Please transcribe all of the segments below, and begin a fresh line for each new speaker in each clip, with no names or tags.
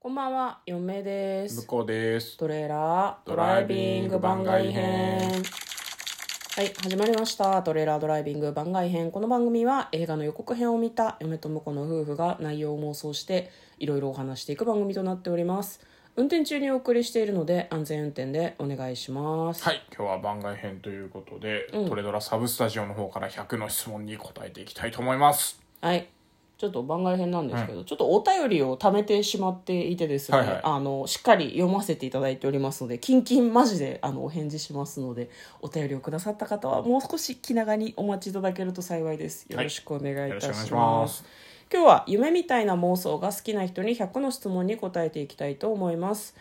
こんばんは、嫁で
向
す。
こうです。
トレーラード
ド
ラ
ラ
イ
イ
ビン
ビン
グ
グ
番
番
外
外
編
編。
はい、始まりました。トレーラードライビング番外編。この番組は映画の予告編を見た嫁と婿の夫婦が内容を妄想していろいろお話していく番組となっております。運転中にお送りしているので安全運転でお願いします。
はい、今日は番外編ということで、トレドラサブスタジオの方から100の質問に答えていきたいと思います。
はい。ちょっと番外編なんですけど、ちょっとお便りを貯めてしまっていてですね、
はいはい
あのしっかり読ませていただいておりますのでキンキンマジであのお返事しますのでお便りをくださった方はもう少し気長にお待ちいただけると幸いですよろしくお願いいたし
よろ
ま
し
す,、
くお願いします
今日は夢みたいな妄想が好きな人に100の質問に答えていきたいと思います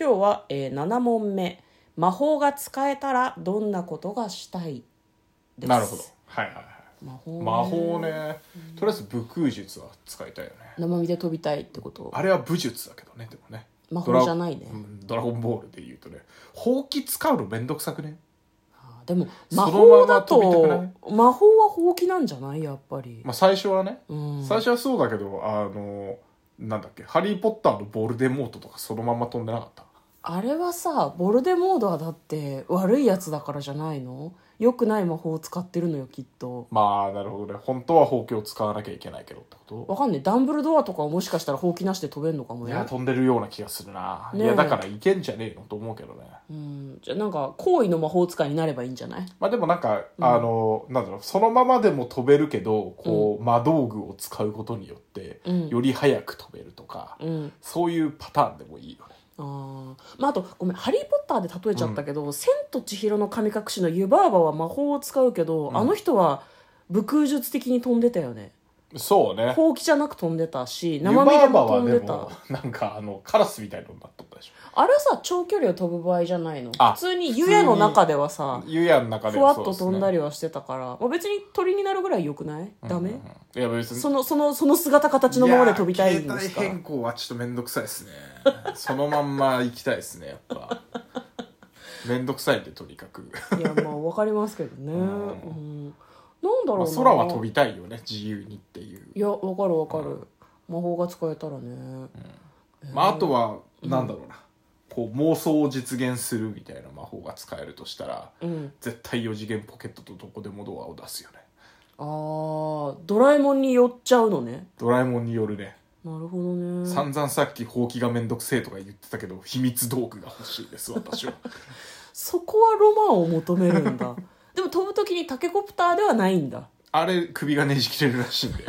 今日は、えー、7問目魔法が使えたらどんなことがしたいです
なるほど。はいはいはい。
魔法ね
魔法ね、とりあえず武空術は使いたいよね。
生身で飛びたいってこと
あれは武術だけどね、でもね。
魔法
ドラ
じゃないね
うんドラゴンボールで言うとね、ほうき使うのめんどくさくね。
あーでも
そ
魔
のま
法
ま
だと
飛びたくない
魔法はほうきなんじゃないやっぱり、
まあ最初はね、
うん、
最初はそうだけど、あの、なんだっけ、ハリー・ポッターのボルデモートとかそのまま飛んでなかった。
あれはさボルデモードはだって悪いやつだからじゃないの良くない魔法を使ってるのよきっと
まあなるほどね本当はほうきを使わなきゃいけないけどってこと
わかんないダンブルドアとかはもしかしたらほうきなしで飛べんのかも
い
ね
や飛んでるような気がするな、
ねえ
いやだからいけんじゃねえのと思うけどね
うんじゃあなんか好意の魔法使いになればいいんじゃない
まあでもなんか、あのなんだろうそのままでも飛べるけどこう、魔道具を使うことによって、
うん
より早く飛べるとか、
うん
そういうパターンでもいいよね
あーまあ、あとごめん「ハリー・ポッター」で例えちゃったけど「千と千尋の神隠し」の湯婆婆は魔法を使うけど、あの人は武空術的に飛んでたよね
そうね
ほうきじゃなく飛んでたし
湯
生身で
婆婆
も
は
飛ん
で
でた
もなんかあのカラスみたいのになっとったでしょ
あれはさ長距離を飛ぶ場合じゃないの
あ
普通に湯屋の中ではさ
湯屋の中で
ふわっと飛んだりはしてたから、まあ、別に鳥になるぐらいよくないダメ、
いや別に
そのそのその姿形のままで飛びたいん
やー
です
携
か
帯変更はちょっと面倒くさいですねそのまんま行きたいですねやっ ぱ面倒くさいんでとにかく、
いやまあわかりますけどね、うんなんだろう
まあ
な
空は飛びたいよね自由にっていう、
いやわかるわかる、魔法が使えたらね、
まあ、あとはなんだろうな、こう妄想を実現するみたいな魔法が使えるとしたら、
うん
絶対4次元ポケットとどこでもドアを出すよね
あードラえもんに寄っちゃうのね
ドラえもんによるね、
なるほどね
散々さっきほうきが面倒くせえとか言ってたけど秘密道具が欲しいです私は
そこはロマンを求めるんだでも飛ぶ時にタケコプターではないんだ
あれ首がねじ切れるらしいんで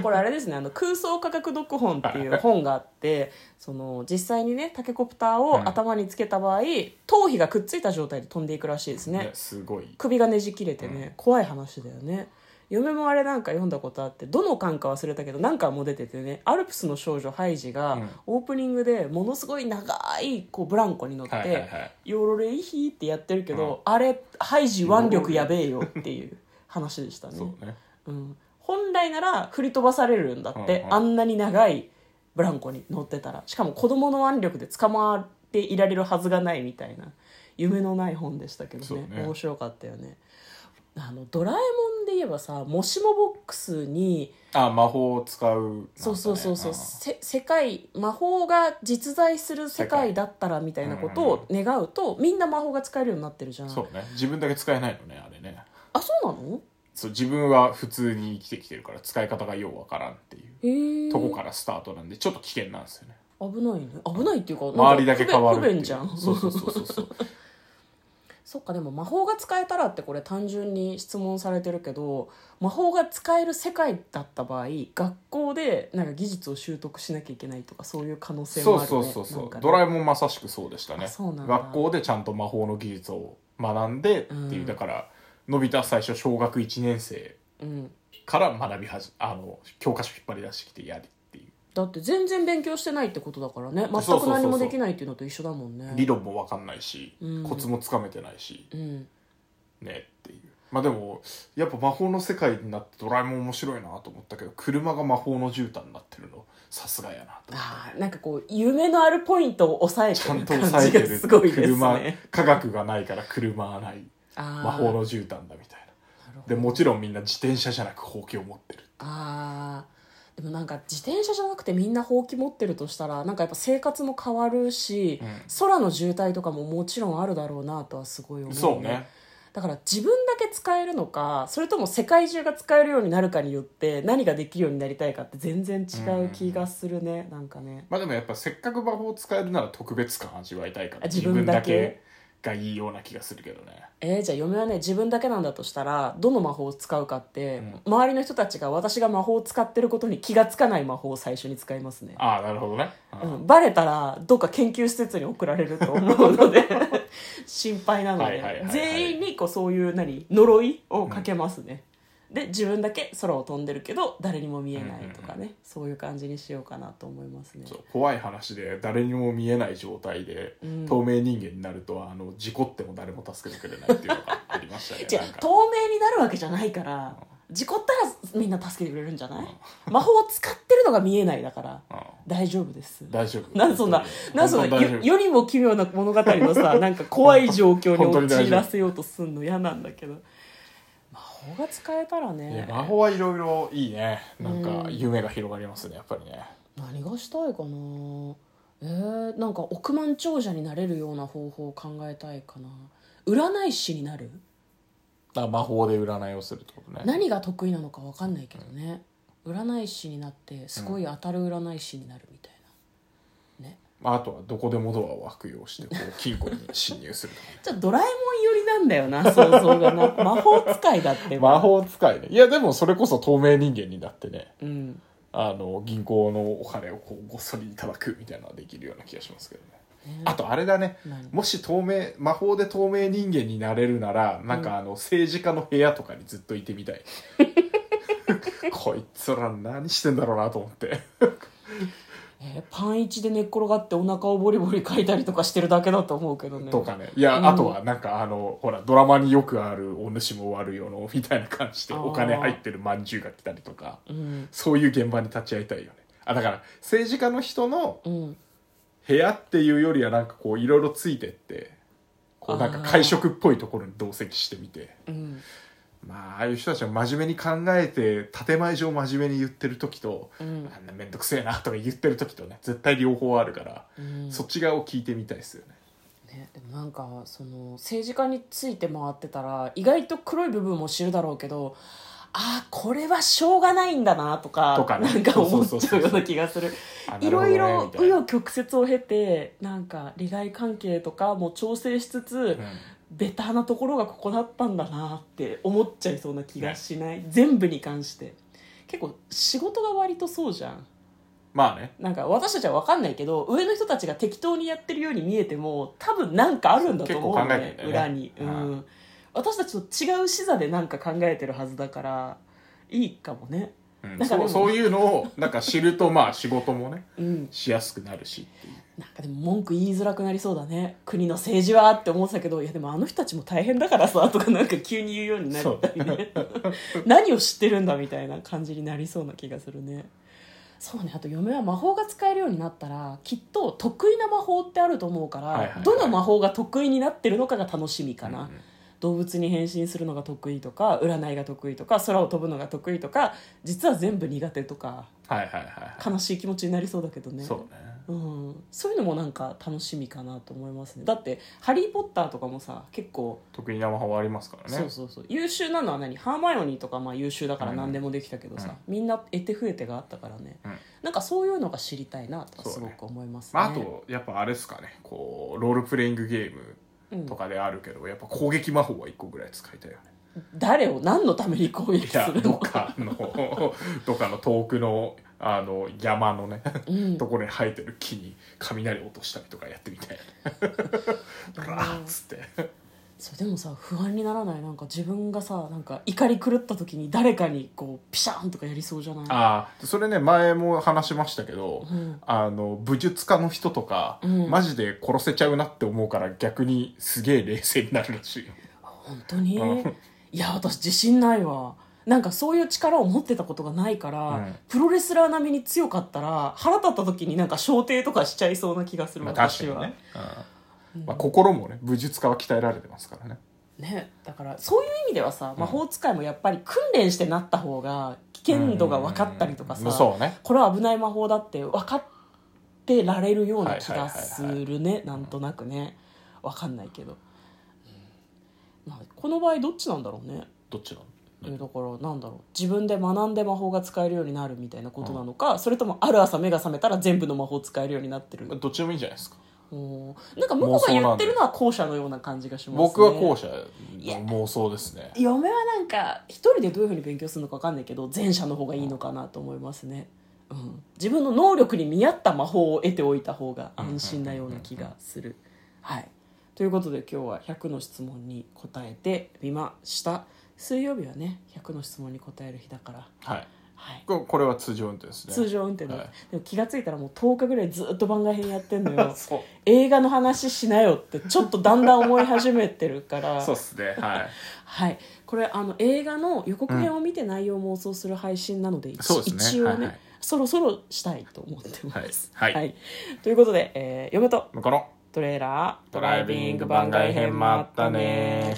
これあれですねあの空想科学読本っていう本があってその実際にねタケコプター
うん
を頭につけた場合、頭皮がくっついた状態で飛んでいくらしいですね
ねすごい
首がねじ切れてね、怖い話だよね嫁もあれなんか読んだことあってどの巻か忘れたけどなんかもう出ててね「アルプスの少女ハイジ」
う
が
ん
オープニングでものすごい長いこうブランコに乗って「
はいはいはい
ヨロレイヒー」ってやってるけど、あれハイジ腕力やべえよっていう話でしたね。
そうね
うん、本来なら振り飛ばされるんだって、
うんうん
あんなに長いブランコに乗ってたらしかも子供の腕力で捕まっていられるはずがないみたいな夢のない本でしたけど
そう
ね
ね
面白かったよねあのドラえもんで言えばさもしもボックスに
あ魔法を使うなんかね、
そうそうそうそう、
ん
せ世界魔法が実在する世界だったらみたいなことを願うと、みんな魔法が使えるようになってるじゃん
そうね自分だけ使えないのねあれね
あそうなの
そう自分は普通に生きてきてるから使い方がようわからんってい
へー
うとこからスタートなんでちょっと危険なんですよね
危ないね危ないっていうかなんか
周りだけ変わるっ
不
て
便不便
いう
じゃん
そうそうそうそうそう
そっかでも魔法が使えたらってこれ単純に質問されてるけど魔法が使える世界だった場合学校でなんか技術を習得しなきゃいけないとかそういう可能性
そ
もある、
う
ね、
そうそうそう、
なんかね
ドラえもんまさしくそうでした
あ
ね
そうなんだ
学校でちゃんと魔法の技術を学んでっていう、
うん
だからのび太は最初小学1年生
うん、
から学びはじあの教科書引っ張り出してきてやりっていう
だって全然勉強してないってことだからね
そうそう
全
そ
く
うそう
何もできないっていうのと一緒だもんね
理論もわかんないし、
うん
コツもつかめてないし
うん
ねっていうまあでもやっぱ魔法の世界になってドラえもん面白いなと思ったけど車が魔法の絨毯になってるのさすがやなと
あーなんかこう夢のあるポイントを抑え
ちゃんと
てる感
抑
じ
えて
が
る
すごいです
車
ね
科学がないから車はない魔
魔
法の絨毯だみたいな
なるほど
でもちろんみんな自転車じゃなくほうきを持ってる
あーでもなんか自転車じゃなくてみんなほうき持ってるとしたらなんかやっぱ生活も変わるし、
うん
空の渋滞とかももちろんあるだろうなとはすごい思う,、
そうね
だから自分だけ使えるのかそれとも世界中が使えるようになるかによって何ができるようになりたいかって全然違う気がするね、なんかね
まあでもやっぱせっかく魔法使えるなら特別感味わいたいから
あ自分だけ
自分だけがいいような気がするけどね
えー、じゃあ嫁はね自分だけなんだとしたらどの魔法を使うかって、周りの人たちが私が魔法を使ってることに気がつかない魔法を最初に使いますね
ああなるほどね、う
うんん、バレたらどっか研究施設に送られると思うの で心配なので、
はいはいはいはい
全員にこうそういう何呪いをかけますね、で自分だけ空を飛んでるけど誰にも見えないとかね、そういう感じにしようかなと思いますね
そう怖い話で誰にも見えない状態で、透明人間になるとあの事故っても誰も助けてくれないっていうのがあり ましたね
違う
なんか
透明になるわけじゃないから事故ったらみんな助けてくれるんじゃない魔法を使ってるのが見えないだから
う
大丈夫です
ん、大丈 夫
なんでそんな、なんでそん
本当
な、
に
よ
大丈夫
世にも奇妙な物語の さ、なんか怖い状況に
本当に大丈夫
陥らせようとすんの嫌なんだけど。 魔法が使えたら
いや
ね、
魔法はいろいろいいねなんか
うん
夢が広がりますねやっぱりね
何がしたいかなえー、なんか億万長者になれるような方法を考えたいかな。占い師になる
だから魔法で占いをするってことね
何が得意なのか分かんないけどね。占い師になって、すごい当たる占い師になるみたいな。
まあ、あとはどこでもドアを悪用してこう金庫に侵入するとか ね
ちょっとドラえもん寄りなんだよな、想像がな。 魔法使いだって。
魔法使いねいやでもそれこそ透明人間になってね
うん。
あの銀行のお金をこうごっそりいただくみたいなのはできるような気がしますけどね
ね
あとあれだね
何
もし透明魔法で透明人間になれるならなんかあの政治家の部屋とかにずっといてみた いこいつら何してんだろうなと思って
えーパン一で寝っ転がってお腹をボリボリかいたりとかしてるだけだと思うけどね
とかねいや、
うん
あとはなんかあのほらドラマによくあるお主も悪よのみたいな感じで
あー
お金入ってるまんじゅうが来たりとか
うん
そういう現場に立ち会いたいよねあだから政治家の人の
うん
部屋っていうよりはなんかこういろいろついてってこうなんか会食っぽいところに同席してみて
うん
まあああいう人たちは真面目に考えて建前上真面目に言ってる時と、
うん
あんな面倒くせえなとか言ってる時とね絶対両方あるから、
うん
そっち側を聞いてみたいですよね
ね、でもなんかその政治家について回ってたら意外と黒い部分も知るだろうけどああこれはしょうがないんだなとか
とかね
なんか思っ
そう
ちゃ
そうそ
うよ
うそう
うな気がする
あなる
い
ほど
ろ
ね
いろ
みたい
紆
な
余曲折を経てなんか利害関係とかも調整しつつ、
うん
ベタなところがここだったんだなって思っちゃいそうな気がしない、全部に関して結構仕事が割とそうじゃん
まあね
なんか私たちは分かんないけど上の人たちが適当にやってるように見えても多分なんかあるんだと思うの
結構考えてんだよね
裏に、うん私たちと違う視座でなんか考えてるはずだからいいかもね
うん、
なんか
そ
で
う
も
そういうのをなんか知るとまあ仕事もね
うん
しやすくなるしっていう
なんかでも文句言いづらくなりそうだね国の政治はって思ってたけどいやでもあの人たちも大変だからさとかなんか急に言うようになりたいね 何を知ってるんだみたいな感じになりそうな気がするねそうねあと嫁は魔法が使えるようになったらきっと得意な魔法ってあると思うから、
はいはいはい
どの魔法が得意になってるのかが楽しみかな、
うん
動物に変身するのが得意とか占いが得意とか空を飛ぶのが得意とか実は全部苦手とか
はいはいはいは
悲しい気持ちになりそうだけど
い
ね
そうね
うん、そういうのもなんか楽しみかなと思いますねだって「ハリー・ポッター」とかもさ結構、
得意な魔法ありますからね
そうそうそう優秀なのは何ハーマイオニーとかまあ優秀だから
うん
何でもできたけどさ、みんな得手不得手があったからね、
うん
なんかそういうのが知りたいなとはす
そう
ご
ね
く思いますね
まあ、あとやっぱあれですかねこうロールプレイングゲームとかであるけど、やっぱ攻撃魔法は1個ぐらい使いたいよね
誰を何のために攻撃
い
す
や
る
どっ
の
かの どっかの遠くのあの山のね、
うん
ところに生えてる木に雷落としたりとかやってみたいブラーっつって
それでもさ不安にならないなんか自分がさなんか怒り狂った時に誰かにこうピシャーンとかやりそうじゃない
ああそれね前も話しましたけど、
うん
あの武術家の人とか、
うん
マジで殺せちゃうなって思うから逆にすげえ冷静になるらしいよ
本当に、
うん
いや私自信ないわなんかそういう力を持ってたことがないから、
うん
プロレスラー並みに強かったら腹立った時になんか掌底とかしちゃいそうな気がする、
まあ確か
私
に
は
ね、うんまあ、心もね武術家は鍛えられてますからね
ねだからそういう意味ではさ魔法使いもやっぱり訓練してなった方が険度が分かったりとか
うん
さ
そうね
これは危ない魔法だって分かってられるような気がす
はい
るねなんとなくね分かんないけど、まあ、この場合どっちなんだろうね
どっちなの
えだからなんだろう自分で学んで魔法が使えるようになるみたいなことなのか、それともある朝目が覚めたら全部の魔法使えるようになってる、
どっちでもいいんじゃないですか
おーなんか向こうが言ってるのは後者のような感じがしますね
僕は後
者
者の妄想ですね
嫁はなんか一人でどういうふうに勉強するのか分かんないけど前者の方がいいのかなと思いますね、うん、自分の能力に見合った魔法を得ておいた方が安心なような気がするはいということで今日は100の質問に答えてみました水曜日はね100の質問に答える日だから
はい
はい
ここれは通常運転ですね
通常運転で、
はい
でも気が付いたらもう10日ぐらいずっと番外編やってんの よ
そう
映画の話しなよってちょっとだんだん思い始めてるから
そうっすねはい
はい、これあの映画の予告編を見て内容を妄想する配信なので、一
そうですね
一応ね、
はいはい
そろそろしたいと思ってます。
はいはい
ということで、えー、嫁と
向こうの
トレーラード
ドライビング番外編もあったね